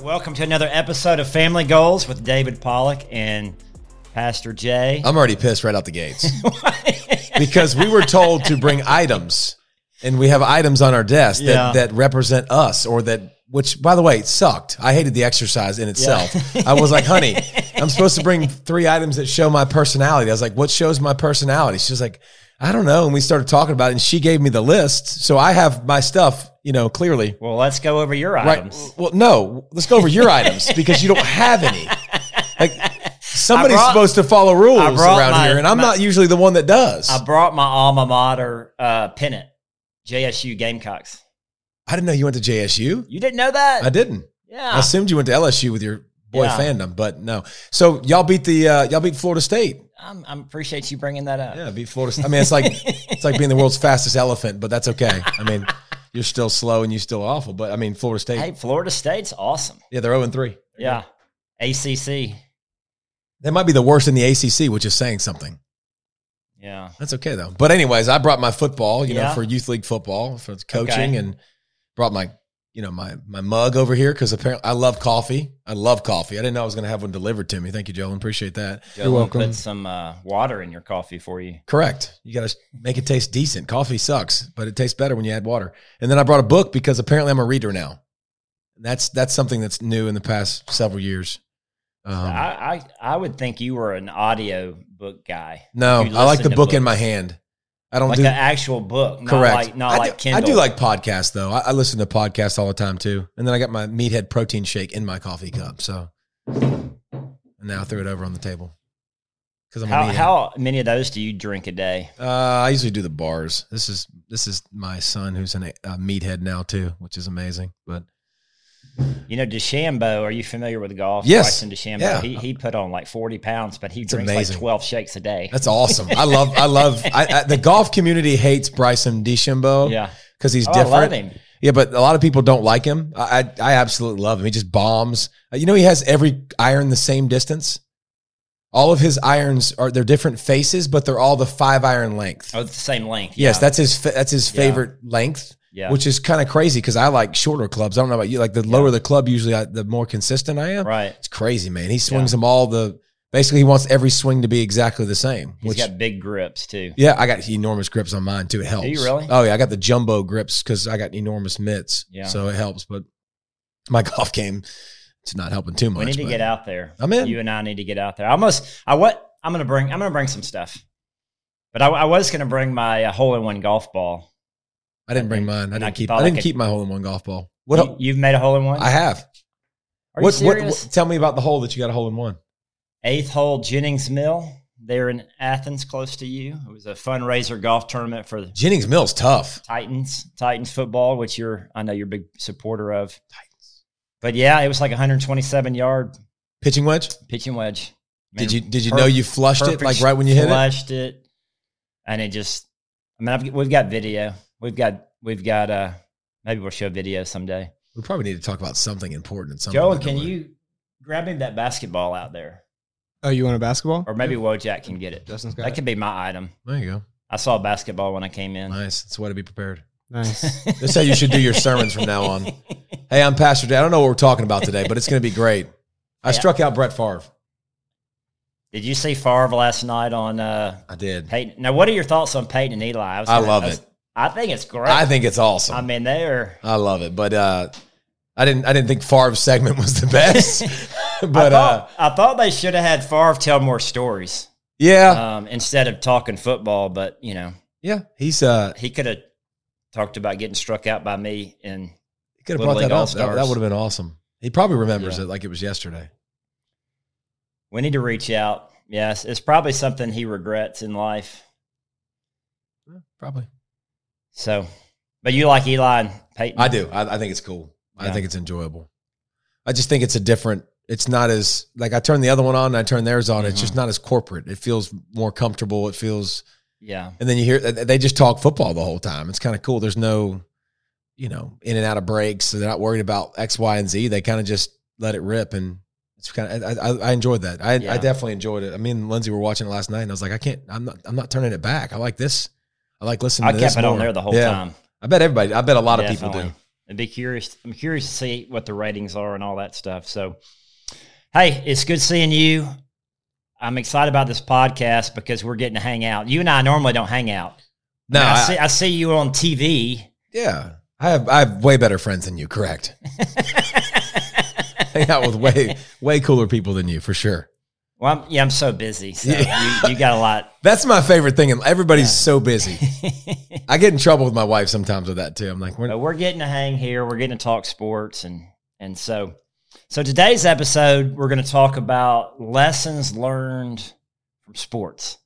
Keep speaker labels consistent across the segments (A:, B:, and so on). A: Welcome to another episode of Family Goals with David Pollock and Pastor Jay.
B: I'm already pissed right out the gates because we were told to bring items, and we have items on our desk
A: Yeah.
B: that, that represent us or that. Which, by the way, sucked. I hated the exercise in itself. I was like, "Honey, I'm supposed to bring three items that show my personality." I was like, "What shows my personality?" She's like, "I don't know." And we started talking about it, and she gave me the list, so I have my stuff, you know, clearly.
A: Well, let's go over your
B: Right.
A: items.
B: Well, no, let's go over your items because you don't have any. Like somebody's
A: I brought-
B: supposed to follow rules
A: I brought
B: around
A: my-
B: here, and I'm
A: my-
B: not usually the one that does.
A: I
B: I,
A: brought my alma mater uh, pennant, JSU Gamecocks.
B: didn't know you went to JSU.
A: You didn't know that?
B: I didn't. I
A: yeah.
B: assumed you went to LSU with your boy
A: Yeah.
B: fandom, but no. So y'all beat the uh, y'all beat Florida State.
A: I'm, I'm appreciate you bringing that up.
B: Yeah, beat Florida. State. I mean, it's like it's like being the world's fastest elephant, but that's okay. I mean, you're still slow and you're still awful, but I mean, Florida State.
A: Hey, Florida State's awesome.
B: yeah, they're 0 and 3.
A: Yeah. ACC.
B: They might be the worst in the ACC, which is saying something.
A: Yeah.
B: That's okay though. But anyways, I brought my football, you
A: Yeah.
B: know, for youth league football for coaching,
A: Okay.
B: and brought my, you know, my my mug over here because apparently I love coffee. I love coffee. I didn't know I was going to have one delivered to me. Thank you, Jolyn. Appreciate that.
A: Joe, we'll
C: welcome.
A: Put some uh, water in your coffee for you.
B: Correct. You got to make it taste decent. Coffee sucks, but it tastes better when you add water. And then I brought a book because apparently I'm a reader now. That's that's something that's new in the past several years. Um,
A: I, I I would think you were an audio book guy.
B: no,
A: you
B: I like
A: listen to
B: the book in
A: books.
B: my hand. I don't
A: Like
B: do
A: an actual book. Not
B: Correct.
A: like not
B: I
A: like
B: do,
A: Kindle.
B: I do like podcasts though. I, I listen to podcasts all the time too. And then I got my meathead protein shake in my coffee cup. So and now I threw it over on the table because I'm a
A: How,
B: meathead.
A: how many of those do you drink a day?
B: uh, I usually do the bars. This is this is my son who's an, a meathead now too, which is amazing. But
A: You know, DeChambeau, are you familiar with golf?
B: Yes.
A: Bryson DeChambeau,
B: Yeah.
A: he, he put on like 40 pounds, but he drinks
B: amazing.
A: like 12 shakes a day.
B: that's awesome. I love I love I, I, the golf community hates Bryson DeChambeau
A: yeah.
B: because he's
A: Oh, I
B: different.
A: love him.
B: Yeah, but a lot of people don't like him. I I, I absolutely love him. He just bombs. Uh, You know, he has every iron the same distance. All of his irons are they're different faces, but they're all the five iron length.
A: Oh, it's the same length.
B: Yes,
A: yeah.
B: that's his fa- that's his
A: Yeah.
B: favorite length,
A: yeah.
B: which is kind of crazy because I like shorter clubs. I don't know about you. Like the lower
A: Yeah.
B: the club, usually I, the more consistent I am.
A: right.
B: It's crazy, man. He swings them all the basically. He wants every swing to be exactly the same.
A: He's got big grips too.
B: Yeah, I got enormous grips on mine too. It helps.
A: you really?
B: Oh yeah, I got the jumbo grips because I got enormous mitts.
A: Yeah.
B: So it helps, but my golf game it's not helping too much.
A: we need to
B: but-
A: get out there.
B: I'm in.
A: You and I need to get out there. I almost. I what? I'm gonna bring. I'm gonna bring some stuff. But I, I was gonna bring my uh, hole-in-one golf ball.
B: I didn't bring mine.
A: And
B: I
A: I
B: didn't keep.
A: thought
B: I
A: I
B: didn't
A: could-
B: keep my hole in one golf ball. What?
A: What you, have made a hole-in-one?
B: I have.
A: Are
B: what,
A: you
B: what-
A: serious?
B: what- Tell me about the hole that you got a hole in one.
A: Eighth hole Jennings Mill. They're in Athens, close to you. It was a fundraiser golf tournament for the
B: Jennings Mill's tough.
A: Titans, Titans football, which you're I know you're a big supporter of. Titans. But yeah, it was like 127 yard
B: Pitching wedge.
A: pitching wedge. I mean,
B: Did you did you
A: per-
B: know you flushed it
A: perfect
B: like right when you hit it?
A: flushed it, and it just. I mean, I've, we've got video. We've got we've got uh maybe we'll show video someday.
B: We probably need to talk about something important. At some
A: Joe,
B: point,
A: can
B: don't we?
A: you grab me that basketball out there,
C: Oh, you want a basketball?
A: or maybe Wojak can get it?
C: Justin's got
A: That
C: it.
A: could be my item.
B: There you go.
A: I saw basketball when I came in.
B: Nice. That's why to be prepared.
C: Nice.
B: That's how you should do your sermons from now on. Hey, I'm Pastor Jay. I don't know what we're talking about today, but it's going to be great. I
A: Yeah.
B: struck out Brett Favre.
A: Did you see Favre last night on uh,
B: I did.
A: Peyton? Now, what are your thoughts on Peyton and Eli? was
B: I
A: gonna-
B: love
A: was-
B: it.
A: I think it's great.
B: I
A: I,
B: think it's awesome.
A: mean, they're.
B: I love it. But uh, I didn't. I didn't think Favre's segment was the best.
A: I
B: but uh,
A: thought, I thought they should have had Favre tell more stories
B: yeah,
A: um, instead of talking football. But you know,
B: yeah, he's uh,
A: he could have talked about getting struck out by me, and
B: he could have
A: Little
B: brought that
A: League
B: up. That,
A: All-Stars.
B: that would have been awesome. He probably remembers
A: Yeah.
B: it like it was yesterday.
A: we need to reach out. Yes, it's probably something he regrets in life.
B: Probably.
A: So, but you like Eli and Peyton?
B: I do. I, I think it's cool. I
A: Yeah.
B: think it's enjoyable. I just think it's a different. It's not as like I turn the other one on and I turn theirs on. It's
A: Mhm.
B: just not as corporate. It feels more comfortable. It feels
A: Yeah,
B: And then you hear they just talk football the whole time. It's kind of cool. There's no, you know, in and out of breaks. So they're not worried about X, Y, and Z. They kind of just let it rip, and it's kind of. I, I, I enjoyed that. I,
A: Yeah.
B: I definitely enjoyed it. I mean, Lindsay were watching it last night, and I was like, I can't. I'm not. I'm not turning it back. I like this. I like listening.
A: I
B: to
A: kept
B: this
A: it on
B: more.
A: there the whole
B: Yeah.
A: time.
B: I bet everybody. I bet a lot of people
A: Definitely.
B: do.
A: I'd be curious. I'm curious to see what the ratings are and all that stuff. So, hey, it's good seeing you. I'm excited about this podcast because we're getting to hang out. You and I normally don't hang out.
B: No,
A: I, mean, I
B: I-
A: see, I see you on TV.
B: yeah, I have I have way better friends than you. Correct. Hang out with way way cooler people than you for sure.
A: well, I'm, yeah, I'm so busy. So you, you got a lot.
B: That's my favorite thing. and Everybody's so busy.
A: but
B: I get in trouble with my wife sometimes with that too. I'm like, we're,
A: we're getting to hang here. We're getting to talk sports, and and so so today's episode we're going to talk about lessons learned from sports.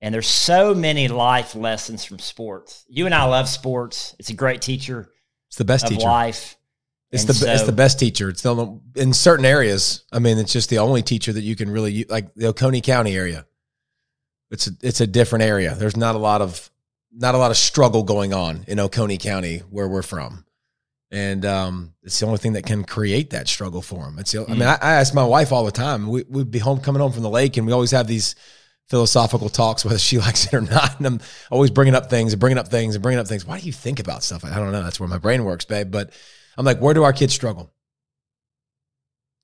A: And there's so many life lessons from sports. You and I love sports. It's a great teacher
B: it's the best
A: of
B: teacher.
A: life.
B: It's
A: And
B: the it's
A: so-
B: the best teacher. It's the only, in certain areas. I mean, it's just the only teacher that you can really u- like the Oconee County area. It's a, it's a different area. There's not a lot of not a lot of struggle going on in Oconee County where we're from, and um, it's the only thing that can create that struggle for them. It's the,
A: Hmm.
B: I mean, I, I ask my wife all the time. We, we'd be home coming home from the lake, and we always have these philosophical talks whether she likes it or not and i'm always bringing up things and bringing up things and bringing up things why do you think about stuff i don't know that's where my brain works babe but I'm like, where do our kids struggle?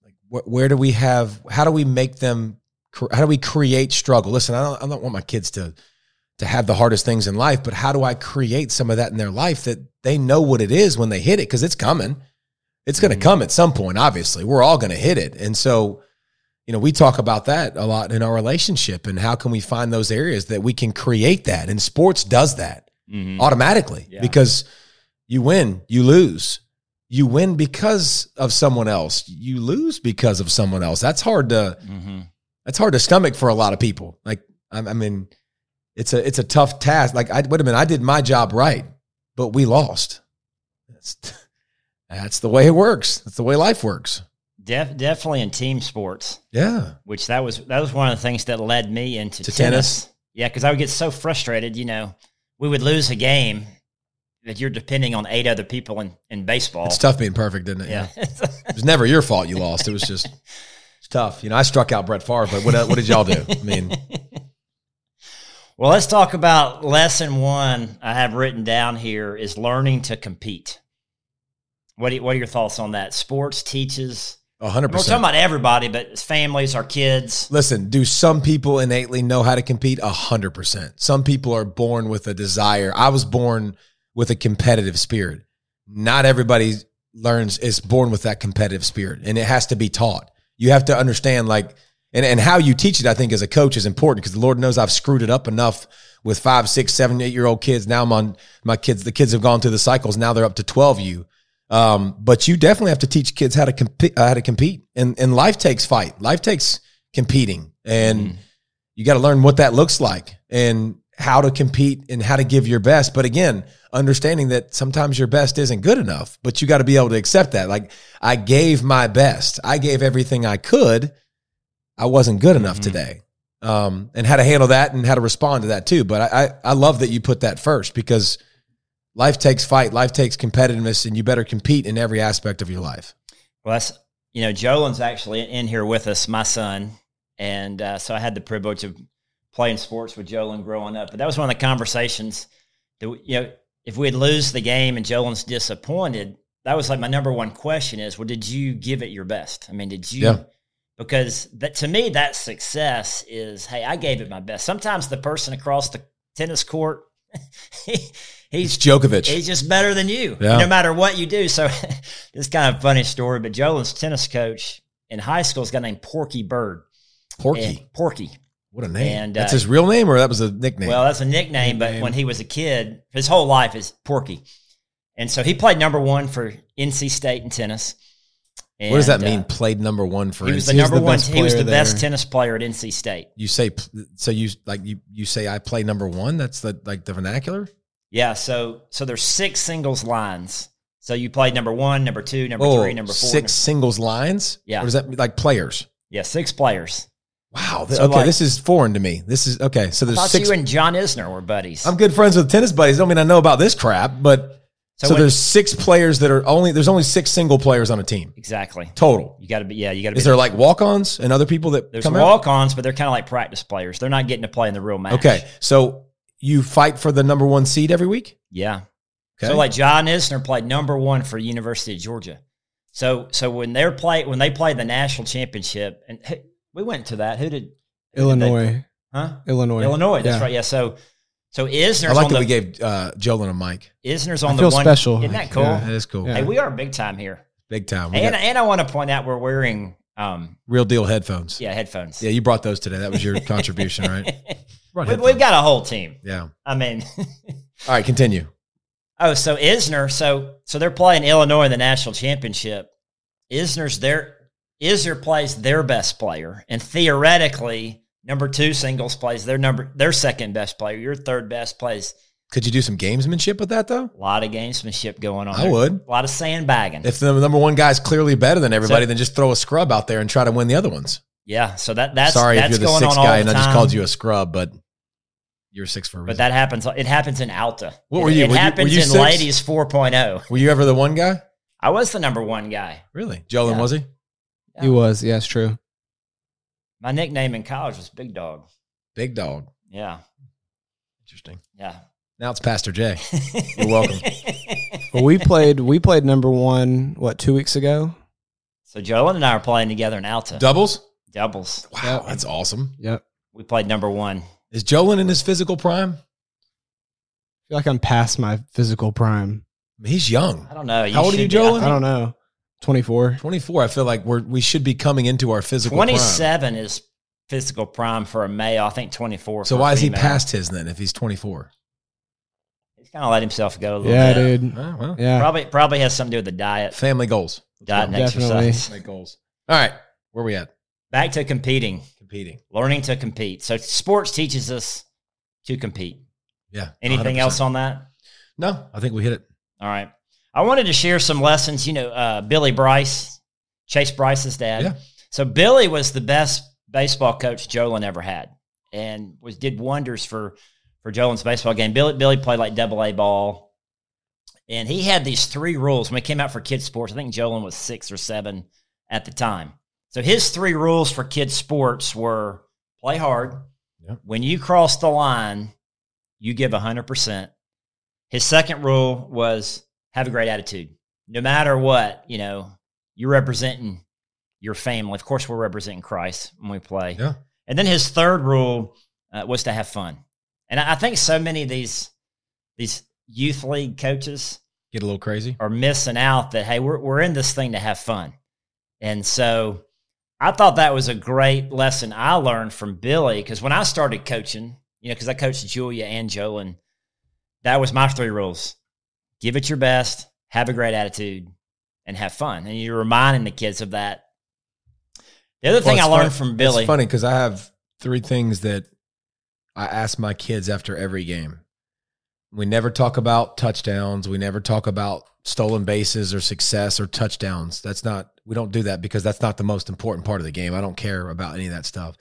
B: Like, wh- where do we have? How do we make them? cr- How do we create struggle? Listen, I don't, I don't want my kids to to have the hardest things in life, but how do I create some of that in their life that they know what it is when they hit it? Because it's coming. It's going to
A: Mhm.
B: come at some point. Obviously, we're all going to hit it, and so. You know, we talk about that a lot in our relationship and how can we find those areas that we can create that? And sports does that Mm-hmm.
A: Mhm.
B: automatically
A: Yeah.
B: because you win, you lose. You win because of someone else. You lose because of someone else. That's hard to
A: Mhm.
B: that's hard to stomach for a lot of people. Like I, I mean, it's a it's a tough task. Like I wait a minute, I did my job right, but we lost. That's that's the way it works. That's the way life works.
A: Def, definitely in team sports.
B: Yeah.
A: which that was that was one of the things that led me into
B: To
A: tennis.
B: tennis?
A: Yeah, because I would get so frustrated. You know, we would lose a game that you're depending on eight other people in in baseball.
B: It's tough being perfect, isn't it?
A: Yeah,
B: It was never your fault you lost. It was just it's tough. You know, I struck out Brett Favre, but what what did y'all do? I mean,
A: well, let's talk about lesson one. I have written down here is learning to compete. What do you- what are your thoughts on that? Sports teaches.
B: 100%.
A: We're talking about everybody, but it's families, our kids.
B: Listen, do some people innately know how to compete? A hundred percent. Some people are born with a desire. I was born with a competitive spirit. Not everybody learns is born with that competitive spirit, and it has to be taught. You have to understand, like, and, and how you teach it. I think as a coach is important because the Lord knows I've screwed it up enough with five, six, seven, eight year old kids. Now I'm on my kids. The kids have gone through the cycles. Now they're up to twelve. You. Um, but you definitely have to teach kids how to compete, how to compete, and and life takes fight. Life takes competing, and
A: Mhm.
B: you got to learn what that looks like and how to compete and how to give your best. But again, understanding that sometimes your best isn't good enough, but you got to be able to accept that. Like I gave my best, I gave everything I could. I wasn't good enough
A: Mhm.
B: today. Um, and how to handle that and how to respond to that too. But I, I, I love that you put that first because life takes fight, life takes competitiveness, and you better compete in every aspect of your life.
A: Well, that's, you know, Jolin's actually in here with us, my son. And uh, so I had the privilege of playing sports with Jolin growing up. But that was one of the conversations that, we- you know, if we'd lose the game and Jolin's disappointed, that was like my number one question is, well, did you give it your best? I mean, did you?
B: Yeah.
A: Because that, to me, that success is, hey, I gave it my best. Sometimes the person across the tennis court, he,
B: It's
A: he's
B: Djokovic.
A: He's just better than you,
B: Yeah.
A: no matter what you do. So this is kind of a funny story, but Jolin's tennis coach in high school is a guy named Porky Bird.
B: Porky.
A: And Porky.
B: what a name.
A: and,
B: that's
A: uh,
B: his real name or that was a nickname?
A: Well, that's a nickname, but
C: Nickname.
A: when he was a kid, his whole life is Porky. And so he played number one for NC State in tennis.
B: what does that
A: And,
B: mean?
A: uh,
B: Played number one for
A: he was
B: NC?
A: the
C: He was
A: number
C: the
A: one.
C: best
A: He was the
C: player
A: best
C: there.
A: tennis player at NC State.
B: you say pl- so you like you you say I play number one. That's the like the vernacular.
A: Yeah. So so there's six singles lines. So you played number one, number two, number
B: Oh,
A: three, number four.
B: six
A: number-
B: singles lines.
A: Yeah.
B: or does that mean like players?
A: yeah, six players.
B: Wow. th-
A: So,
B: okay,
A: like-
B: this is foreign to me. This is okay.
A: I
B: So there's
A: thought
B: six.
A: you and John Isner were buddies.
B: I'm good friends with tennis buddies. Don't mean I know about this crap, but
A: So
B: so,
A: when-
B: there's six players that are only there's only six single players on a team
A: exactly.
B: total.
A: You got to be. Yeah, you got to be.
B: Is there like walk-ons and other people that
A: there's
B: come out?
A: walk-ons, but they're kind of like practice players. They're not getting to play in the real match.
B: Okay, so you fight for the number one seed every week.
A: Yeah.
B: Okay.
A: So like John Isner played number one for University of Georgia. So so when they're play when they played the national championship and hey, we went to that. Who did who did they-
C: Illinois,
A: huh?
C: Illinois,
A: Illinois. That's
C: Yeah.
A: right. Yeah. So so Isner's
B: I like
A: on
B: that
A: the
B: we gave uh, Jolin a mic.
A: Isner's
C: I
A: on
C: feel
A: the one.
C: special.
A: Isn't that cool?
C: Yeah.
B: That is cool.
C: Yeah.
A: Hey, we are big time here.
B: Big time. We
A: And
B: got
A: and I want to point out we're wearing um
B: real deal headphones.
A: yeah headphones.
B: Yeah, you brought those today. That was your contribution, right? Brought
A: we,
B: headphones.
A: we've got a whole team.
B: yeah. All
A: I mean.
B: right, continue.
A: Oh, so Isner, so so they're playing Illinois in the national championship. Isner's their Isner plays their best player, and theoretically, number two singles plays their number their second best player. Your third best plays
B: Could you do some gamesmanship with that though?
A: a lot of gamesmanship going on.
B: I
A: there.
B: would.
A: a lot of sandbagging.
B: If the number one guy's clearly better than everybody,
A: So-
B: then just throw a scrub out there and try to win the other ones.
A: yeah, so that that's
B: Sorry
A: that's
B: if you're the
A: going
B: sixth
A: on all
B: guy
A: the
B: and I just
A: time.
B: called you a scrub, but you're six for a reason.
A: But that happens. It happens in Alta.
B: What
A: It-
B: were you?
A: It
B: Were you- were
A: happens
B: you
A: in
B: six?
A: Ladies 4.0.
B: Were you ever the one guy?
A: I was the number one guy.
B: Really? Jolin
A: Yeah.
B: was he?
C: He was. Yeah, it's true.
A: My nickname in college was Big Dog.
B: Big dog.
A: Yeah,
B: Interesting.
A: yeah.
B: Now it's Pastor J. You're welcome.
C: Well, we played. We played number one. What two weeks ago?
A: So Jolyn and I are playing together in Alta
B: Doubles?
A: doubles.
B: Wow,
C: Yep.
B: that's awesome.
C: Yep. I
A: We played number one.
B: Is Jolin in his physical prime?
C: feel like I'm past my physical prime.
B: He's young.
A: I don't know.
B: How old are
A: should
B: you,
A: be- I
B: Jolyn?
C: I don't know. Twenty four.
B: 24. I feel like we're we should be coming into our physical prime.
A: Twenty-seven is physical prime for a male. I think twenty-four.
B: So
A: for a
B: why is he
A: female.
B: past his then if he's 24?
A: He's kind of let himself go a little
C: Yeah,
A: bit.
C: dude.
B: All right, well,
C: Yeah.
A: Probably probably has something to do with the diet,
B: family goals.
A: diet and
C: Definitely.
A: exercise.
B: Family goals. All right. Where we at?
A: Back to competing,
B: Competing.
A: learning to compete. So sports teaches us to compete.
B: Yeah.
A: Anything
B: 100%.
A: else on that?
B: No, I think we hit it.
A: All right. I wanted to share some lessons. You know, uh, Billy Bryce, Chase Bryce's dad.
B: Yeah.
A: So Billy was the best baseball coach Jolin ever had, and was did wonders for for Jolin's baseball game. Billy Billy played like double A ball, and he had these three rules when it came out for kids sports. I think Jolin was six or seven at the time. So his three rules for kids sports were play hard.
B: Yeah.
A: When you cross the line, you give hundred percent. His second rule was have a great attitude. No matter what, you know, you're representing your family. Of course, we're representing Christ when we play.
B: Yeah.
A: And then his third rule uh, was to have fun. And I I think so many of these these youth league coaches
B: Get a little crazy.
A: are missing out that hey, we're we're in this thing to have fun. And so I thought that was a great lesson I learned from Billy because when I started coaching, you know, because I coached Julia and Joe, and that was my three rules: give it your best, have a great attitude, and have fun. And you're reminding the kids of that. The other thing I
B: it's
A: learned
B: fun-
A: from Billy,
B: It's funny because I have three things that I ask my kids after every game. We never talk about touchdowns. We never talk about stolen bases or success or touchdowns. That's not, we don't do that because that's not the most important part of the game. I don't care about any of that stuff.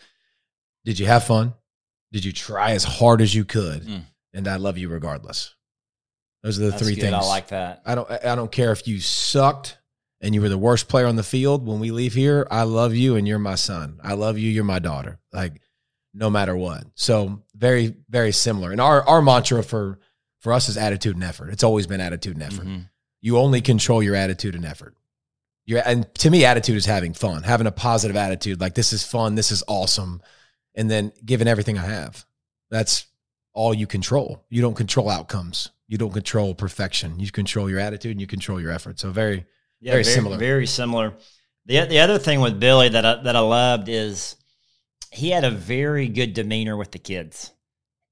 B: Did you have fun? Did you try as hard as you could?
A: Mm.
B: And I love you regardless. Those are the
A: That's
B: three
A: good.
B: things.
A: I like that.
B: I don't I I don't care if you sucked and you were the worst player on the field when we leave here. I love you and you're my son. I love you, you're my daughter. Like no matter what. So very very similar. And our our mantra for for us is attitude and effort. It's always been attitude and effort.
A: Mhm.
B: You only control your attitude and effort. Your and to me attitude is having fun, having a positive attitude like this is fun, this is awesome and then giving everything I have. That's all you control. You don't control outcomes. You don't control perfection. You control your attitude and you control your effort. So very
A: Yeah,
B: Very similar.
A: Very similar. The the other thing with Billy that I, that I loved is he had a very good demeanor with the kids.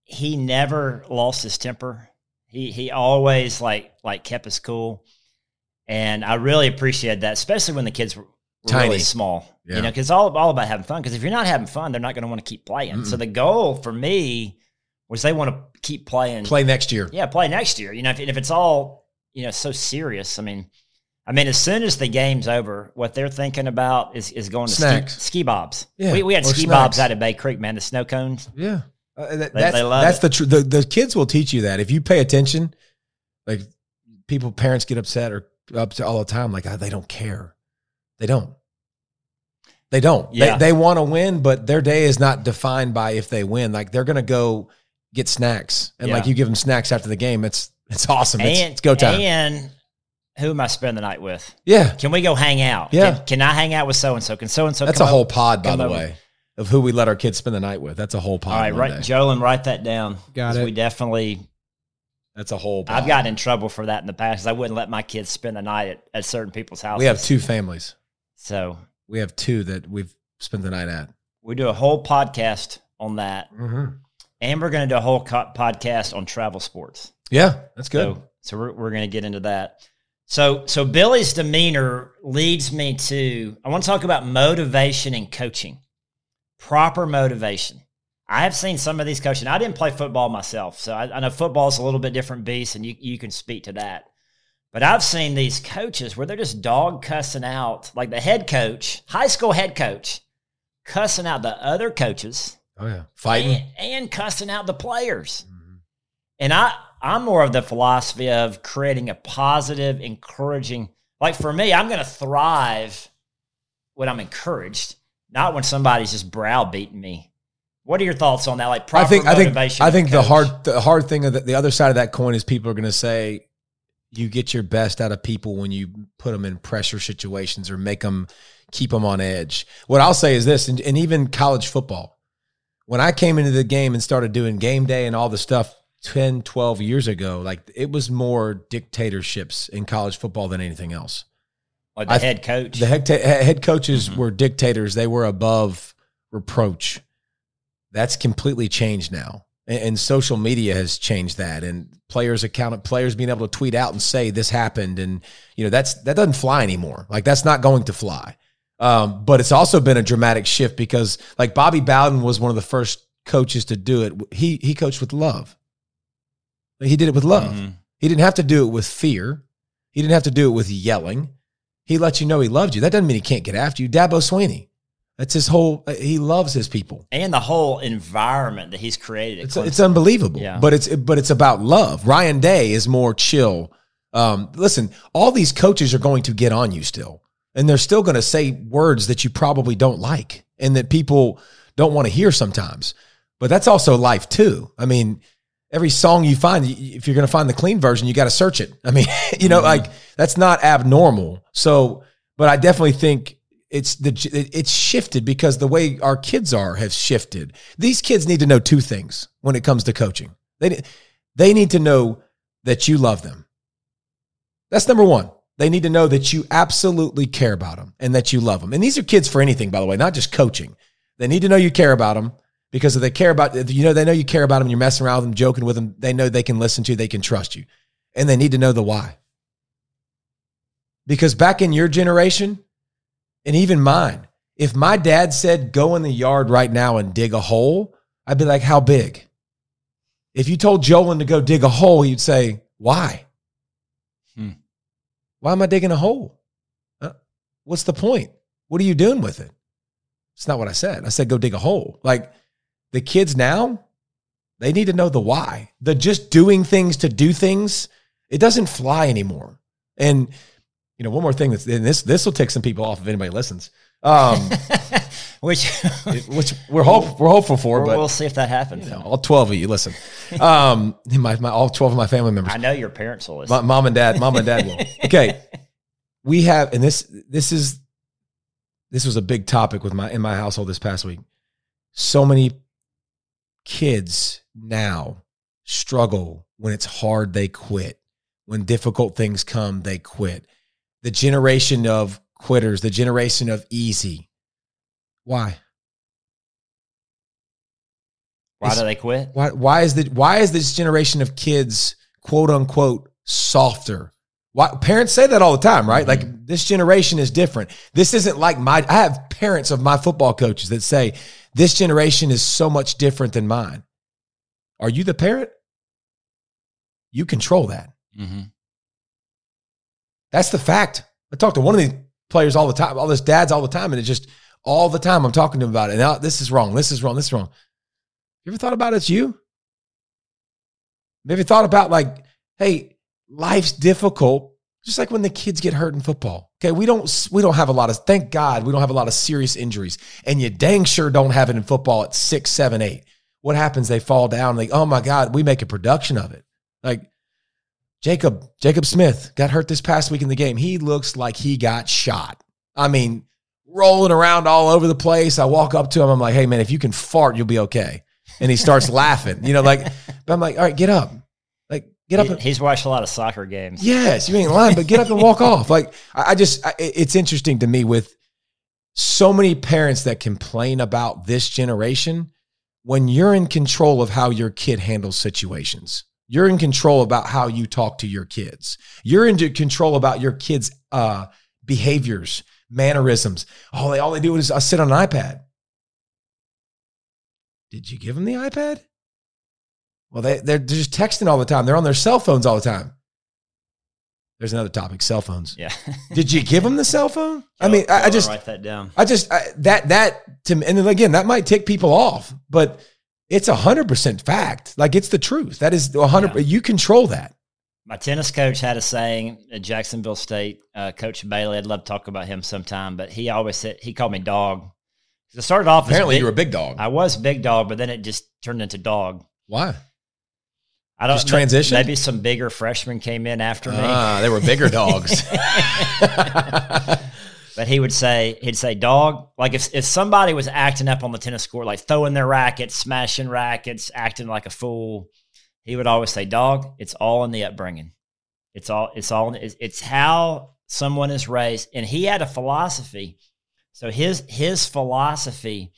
A: He never lost his temper. He he always like like kept his cool, and I really appreciated that, especially when the kids were. were
B: Tiny.
A: Really small,
B: Yeah.
A: you know, because all all about having fun. Because if you're not having fun, they're not going to want to keep playing. So
B: Mm-mm.
A: the goal for me was they want to keep playing,
B: play next year.
A: yeah, play next year. You know, if, if it's all you know so serious, I mean, I mean, as soon as the game's over, what they're thinking about is is going to ski,
B: Snacks.
A: ski bobs.
B: Yeah,
A: we, we had
B: or
A: ski
B: snacks.
A: bobs out of Bay Creek, man. The snow cones.
B: Yeah. Uh, that-
A: They-
B: that's
A: they love
B: that's
A: it.
B: the tr- the the kids will teach you that if you pay attention. Like people, parents get upset or upset all the time. Like "Ah, they don't care. They don't. They don't.
A: Yeah.
B: They, they want to win, but their day is not defined by if they win. Like they're gonna go get snacks and like
A: Yeah.
B: you give them snacks after the game. It's It's awesome. It's,
A: and
B: it's go time.
A: And who am I spending the night with?
B: yeah.
A: Can we go hang out?
B: Yeah.
A: Can, can I hang out with so and so? Can so and so?
B: That's a
A: come
B: whole
A: over?
B: pod, by
A: come
B: the
A: over.
B: way, of who we let our kids spend the night with. That's a whole pod.
A: All right,
B: one
A: right,
B: day.
A: Jolyn, write that down.
C: Got
A: 'Cause
C: it.
A: We definitely.
B: That's a whole pod.
A: I've gotten in trouble for that in the past. 'cause I wouldn't let my kids spend the night at, at certain people's houses.
B: We have two families.
A: So
B: We have two that we've spent the night at.
A: we do a whole podcast on that,
B: Mm-hmm.
A: and we're going to do a whole co- podcast on travel sports.
B: Yeah, that's good.
A: So, so we're, we're going to get into that. So so Billy's demeanor leads me to I want to talk about motivation and coaching. Proper motivation. I have seen some of these coaching. I didn't play football myself, so I, I know football is a little bit different beast, and you you can speak to that. But I've seen these coaches where they're just dog cussing out, like the head coach, high school head coach, cussing out the other coaches
B: oh yeah, Mm-hmm. fighting.
A: and, and cussing out the players. And I, I'm more of the philosophy of creating a positive, encouraging. Like for me, I'm going to thrive when I'm encouraged, not when somebody's just browbeating me. What are your thoughts on that? Like proper
B: I think I think
A: motivation.
B: I think the
A: coach.
B: hard the hard thing of the, the other side of that coin is people are going to say you get your best out of people when you put them in pressure situations or make them keep them on edge. What I'll say is this, and, and even college football. When I came into the game and started doing game day and all the stuff 10, 12 years ago, like it was more dictatorships in college football than anything else.
A: Or the
B: I-
A: head coach.
B: The head, head coaches
A: Mhm.
B: were dictators. They were above reproach. That's completely changed now. And, and social media has changed that. And players account players being able to tweet out and say this happened. And you know, that's that doesn't fly anymore. Like that's not going to fly. Um, but it's also been a dramatic shift because like Bobby Bowden was one of the first coaches to do it. He he coached with love. He did it with love.
A: Mhm.
B: He didn't have to do it with fear. He didn't have to do it with yelling. He let you know he loved you. That doesn't mean he can't get after you. Dabo Sweeney. That's his whole. uh, He loves his people.
A: And the whole environment that he's created. at
B: It's
A: Clemson.
B: it's unbelievable.
A: Yeah.
B: But it's but it's about love. Ryan Day is more chill. Um, listen, all these coaches are going to get on you still, and they're still going to say words that you probably don't like and that people don't want to hear sometimes. But that's also life too. I mean, every song you find, y- if you're going to find the clean version, you got to search it. I mean, you know, like that's not abnormal. So, but I definitely think it's the it- it's shifted because the way our kids are have shifted. These kids need to know two things when it comes to coaching. They they need to know that you love them. That's number one. They need to know that you absolutely care about them and that you love them. And these are kids for anything, by the way, not just coaching. They need to know you care about them because if they care about if you know they know you care about them. You're messing around with them, joking with them. They know they can listen to you. They can trust you, and they need to know the why. Because back in your generation, and even mine, if my dad said go in the yard right now and dig a hole, I'd be like, how big? If you told Jolin to go dig a hole, he'd say, why?
A: Hmm.
B: Why am I digging a hole? Huh? What's the point? What are you doing with it? It's not what I said. I said go dig a hole. Like the kids now, they need to know the why. The just doing things to do things, it doesn't fly anymore. And you know, one more thing that's and this this will take some people off if anybody listens. Um,
A: Which
B: it- which we're hope we're hopeful for,
A: we'll,
B: but
A: we'll see if that happens.
B: you know, all twelve of you listen. Um, my, my all twelve of my family members,
A: I know your parents will listen.
B: my, mom and dad, mom and dad will. Okay, we have, and this this is this was a big topic with my in my household this past week. So many kids now struggle when it's hard. They quit when difficult things come. They quit. The generation of quitters, the generation of easy. Why?
A: Why do they quit?
B: why why is the why is this generation of kids quote unquote softer? Why parents say that all the time, right? Like this generation is different. This isn't like my I have parents of my football coaches that say this generation is so much different than mine. Are you the parent? You control that.
A: Mm-hmm.
B: That's the fact. I talk to one of these players all the time, all this dads all the time, and it's just all the time I'm talking to them about it. Now this is wrong. This is wrong. This is wrong. You ever thought about it's you? Have you thought about like, hey, life's difficult. Just like when the kids get hurt in football. Okay, we don't we don't have a lot of thank God we don't have a lot of serious injuries, and you dang sure don't have it in football at six, seven, eight. What happens? They fall down. Like, oh my God, we make a production of it. Like, Jacob, Jacob Smith got hurt this past week in the game. He looks like he got shot. I mean, rolling around all over the place. I walk up to him. I'm like, hey, man, if you can fart, you'll be okay. And he starts laughing, you know, like, but I'm like, all right, get up. Like, get up.
A: He-
B: and-
A: he's watched a lot of soccer games.
B: yes, you ain't lying, but get up and walk off. Like, I, I just, I, it- it's interesting to me with so many parents that complain about this generation. When you're in control of how your kid handles situations, you're in control about how you talk to your kids. You're in control about your kids' uh, behaviors, mannerisms. All they all they do is I sit on an iPad. Did you give them the iPad? Well, they they're just texting all the time. They're on their cell phones all the time. There's another topic: cell phones.
A: Yeah.
B: Did you give them the cell phone? I
A: Joe-
B: mean,
A: Joe,
B: I, I
A: I'll
B: just
A: write that down.
B: I just I, that that to me, and then again that might tick people off, but it's a hundred percent fact. Like it's the truth. That is a hundred.
A: Yeah.
B: You control that.
A: My tennis coach had a saying at Jacksonville State, uh, Coach Bailey. I'd love to talk about him sometime, but he always said he called me dog. 'Cause I started off as
B: Apparently,
A: big-
B: you're a big dog.
A: I was big dog, but then it just turned into dog.
B: Why?
A: I don't
B: Just
A: kn-
B: transitioned?
A: Maybe some bigger freshmen came in after me,
B: Ah, they were bigger dogs.
A: but he would say he'd say dog. Like if if somebody was acting up on the tennis court, like throwing their rackets, smashing rackets, acting like a fool, he would always say dog. It's all in the upbringing. It's all it's all it's, it's how someone is raised, and he had a philosophy. So his his philosophy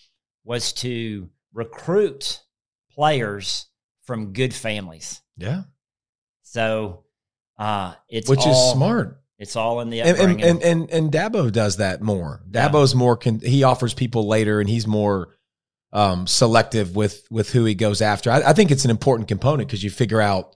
A: was to recruit players from good families.
B: yeah,
A: So uh, it's
B: which
A: all-
B: is smart.
A: It's all in the
B: And
A: upbringing.
B: and, and and and Dabo does that more. Dabo's more. Con- he offers people later, and he's more um, selective with with who he goes after. I, I think it's an important component because you figure out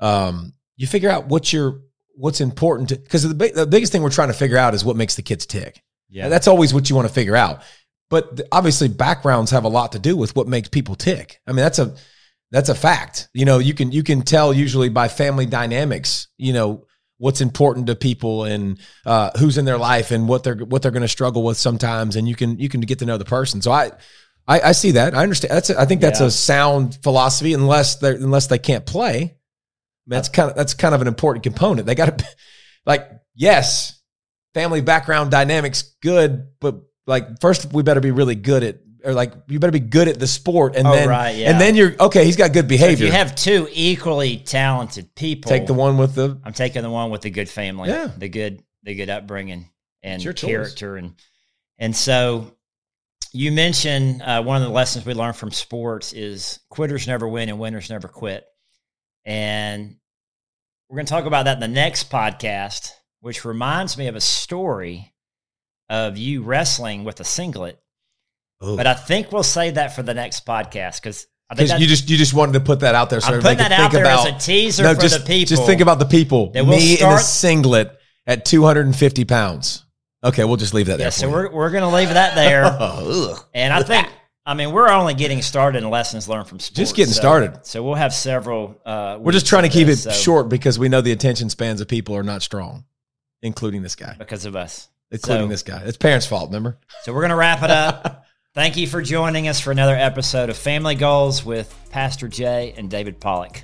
B: um, you figure out what your what's important because the, big the biggest thing we're trying to figure out is what makes the kids tick.
A: yeah,
B: That's always what you want to figure out. But th- obviously, backgrounds have a lot to do with what makes people tick. I mean, that's a that's a fact. You know, you can you can tell usually by family dynamics. You know what's important to people and uh, who's in their life and what they're what they're going to struggle with sometimes, and you can you can get to know the person. So I. I, I see that. I understand. That's. A, I think that's
A: Yeah.
B: a sound philosophy, unless they are unless they can't play. I mean, that's kind of that's kind of an important component. They got to, like, yes, family background dynamics good, but like first we better be really good at or like you better be good at the sport and
A: Oh,
B: then
A: right, yeah.
B: and then you're okay, he's got good
A: So if
B: behavior.
A: you have two equally talented people,
B: Take the one with the
A: I'm taking the one with the good family,
B: Yeah.
A: the good, the good upbringing and
B: It's your choice.
A: character, and and so you mentioned uh, one of the lessons we learned from sports is quitters never win and winners never quit, and we're going to talk about that in the next podcast, which reminds me of a story of you wrestling with a singlet. But I think we'll save that for the next podcast because I think
B: because
A: that,
B: you just you just wanted to put that out there so
A: I'm
B: everybody
A: putting that
B: can
A: out
B: think
A: there
B: about
A: as a teaser for
B: just,
A: the people.
B: Just think about the people.
A: that will
B: Me in a
A: start-
B: singlet at 250 pounds. Okay, we'll just leave that
A: yeah.
B: there.
A: So
B: for you.
A: we're we're gonna leave that there,
B: Oh, ugh.
A: and I think I mean we're only getting started in lessons learned from sports.
B: Just getting
A: so-
B: started.
A: So we'll have several. Uh,
B: We're just
A: weeks
B: trying to
A: of
B: keep it
A: this, so-
B: short because we know the attention spans of people are not strong, including this guy,
A: because of us.
B: including
A: So-
B: this guy. It's parents' fault. Remember?
A: So we're gonna wrap it up. Thank you for joining us for another episode of Family Goals with Pastor Jay and David Pollock.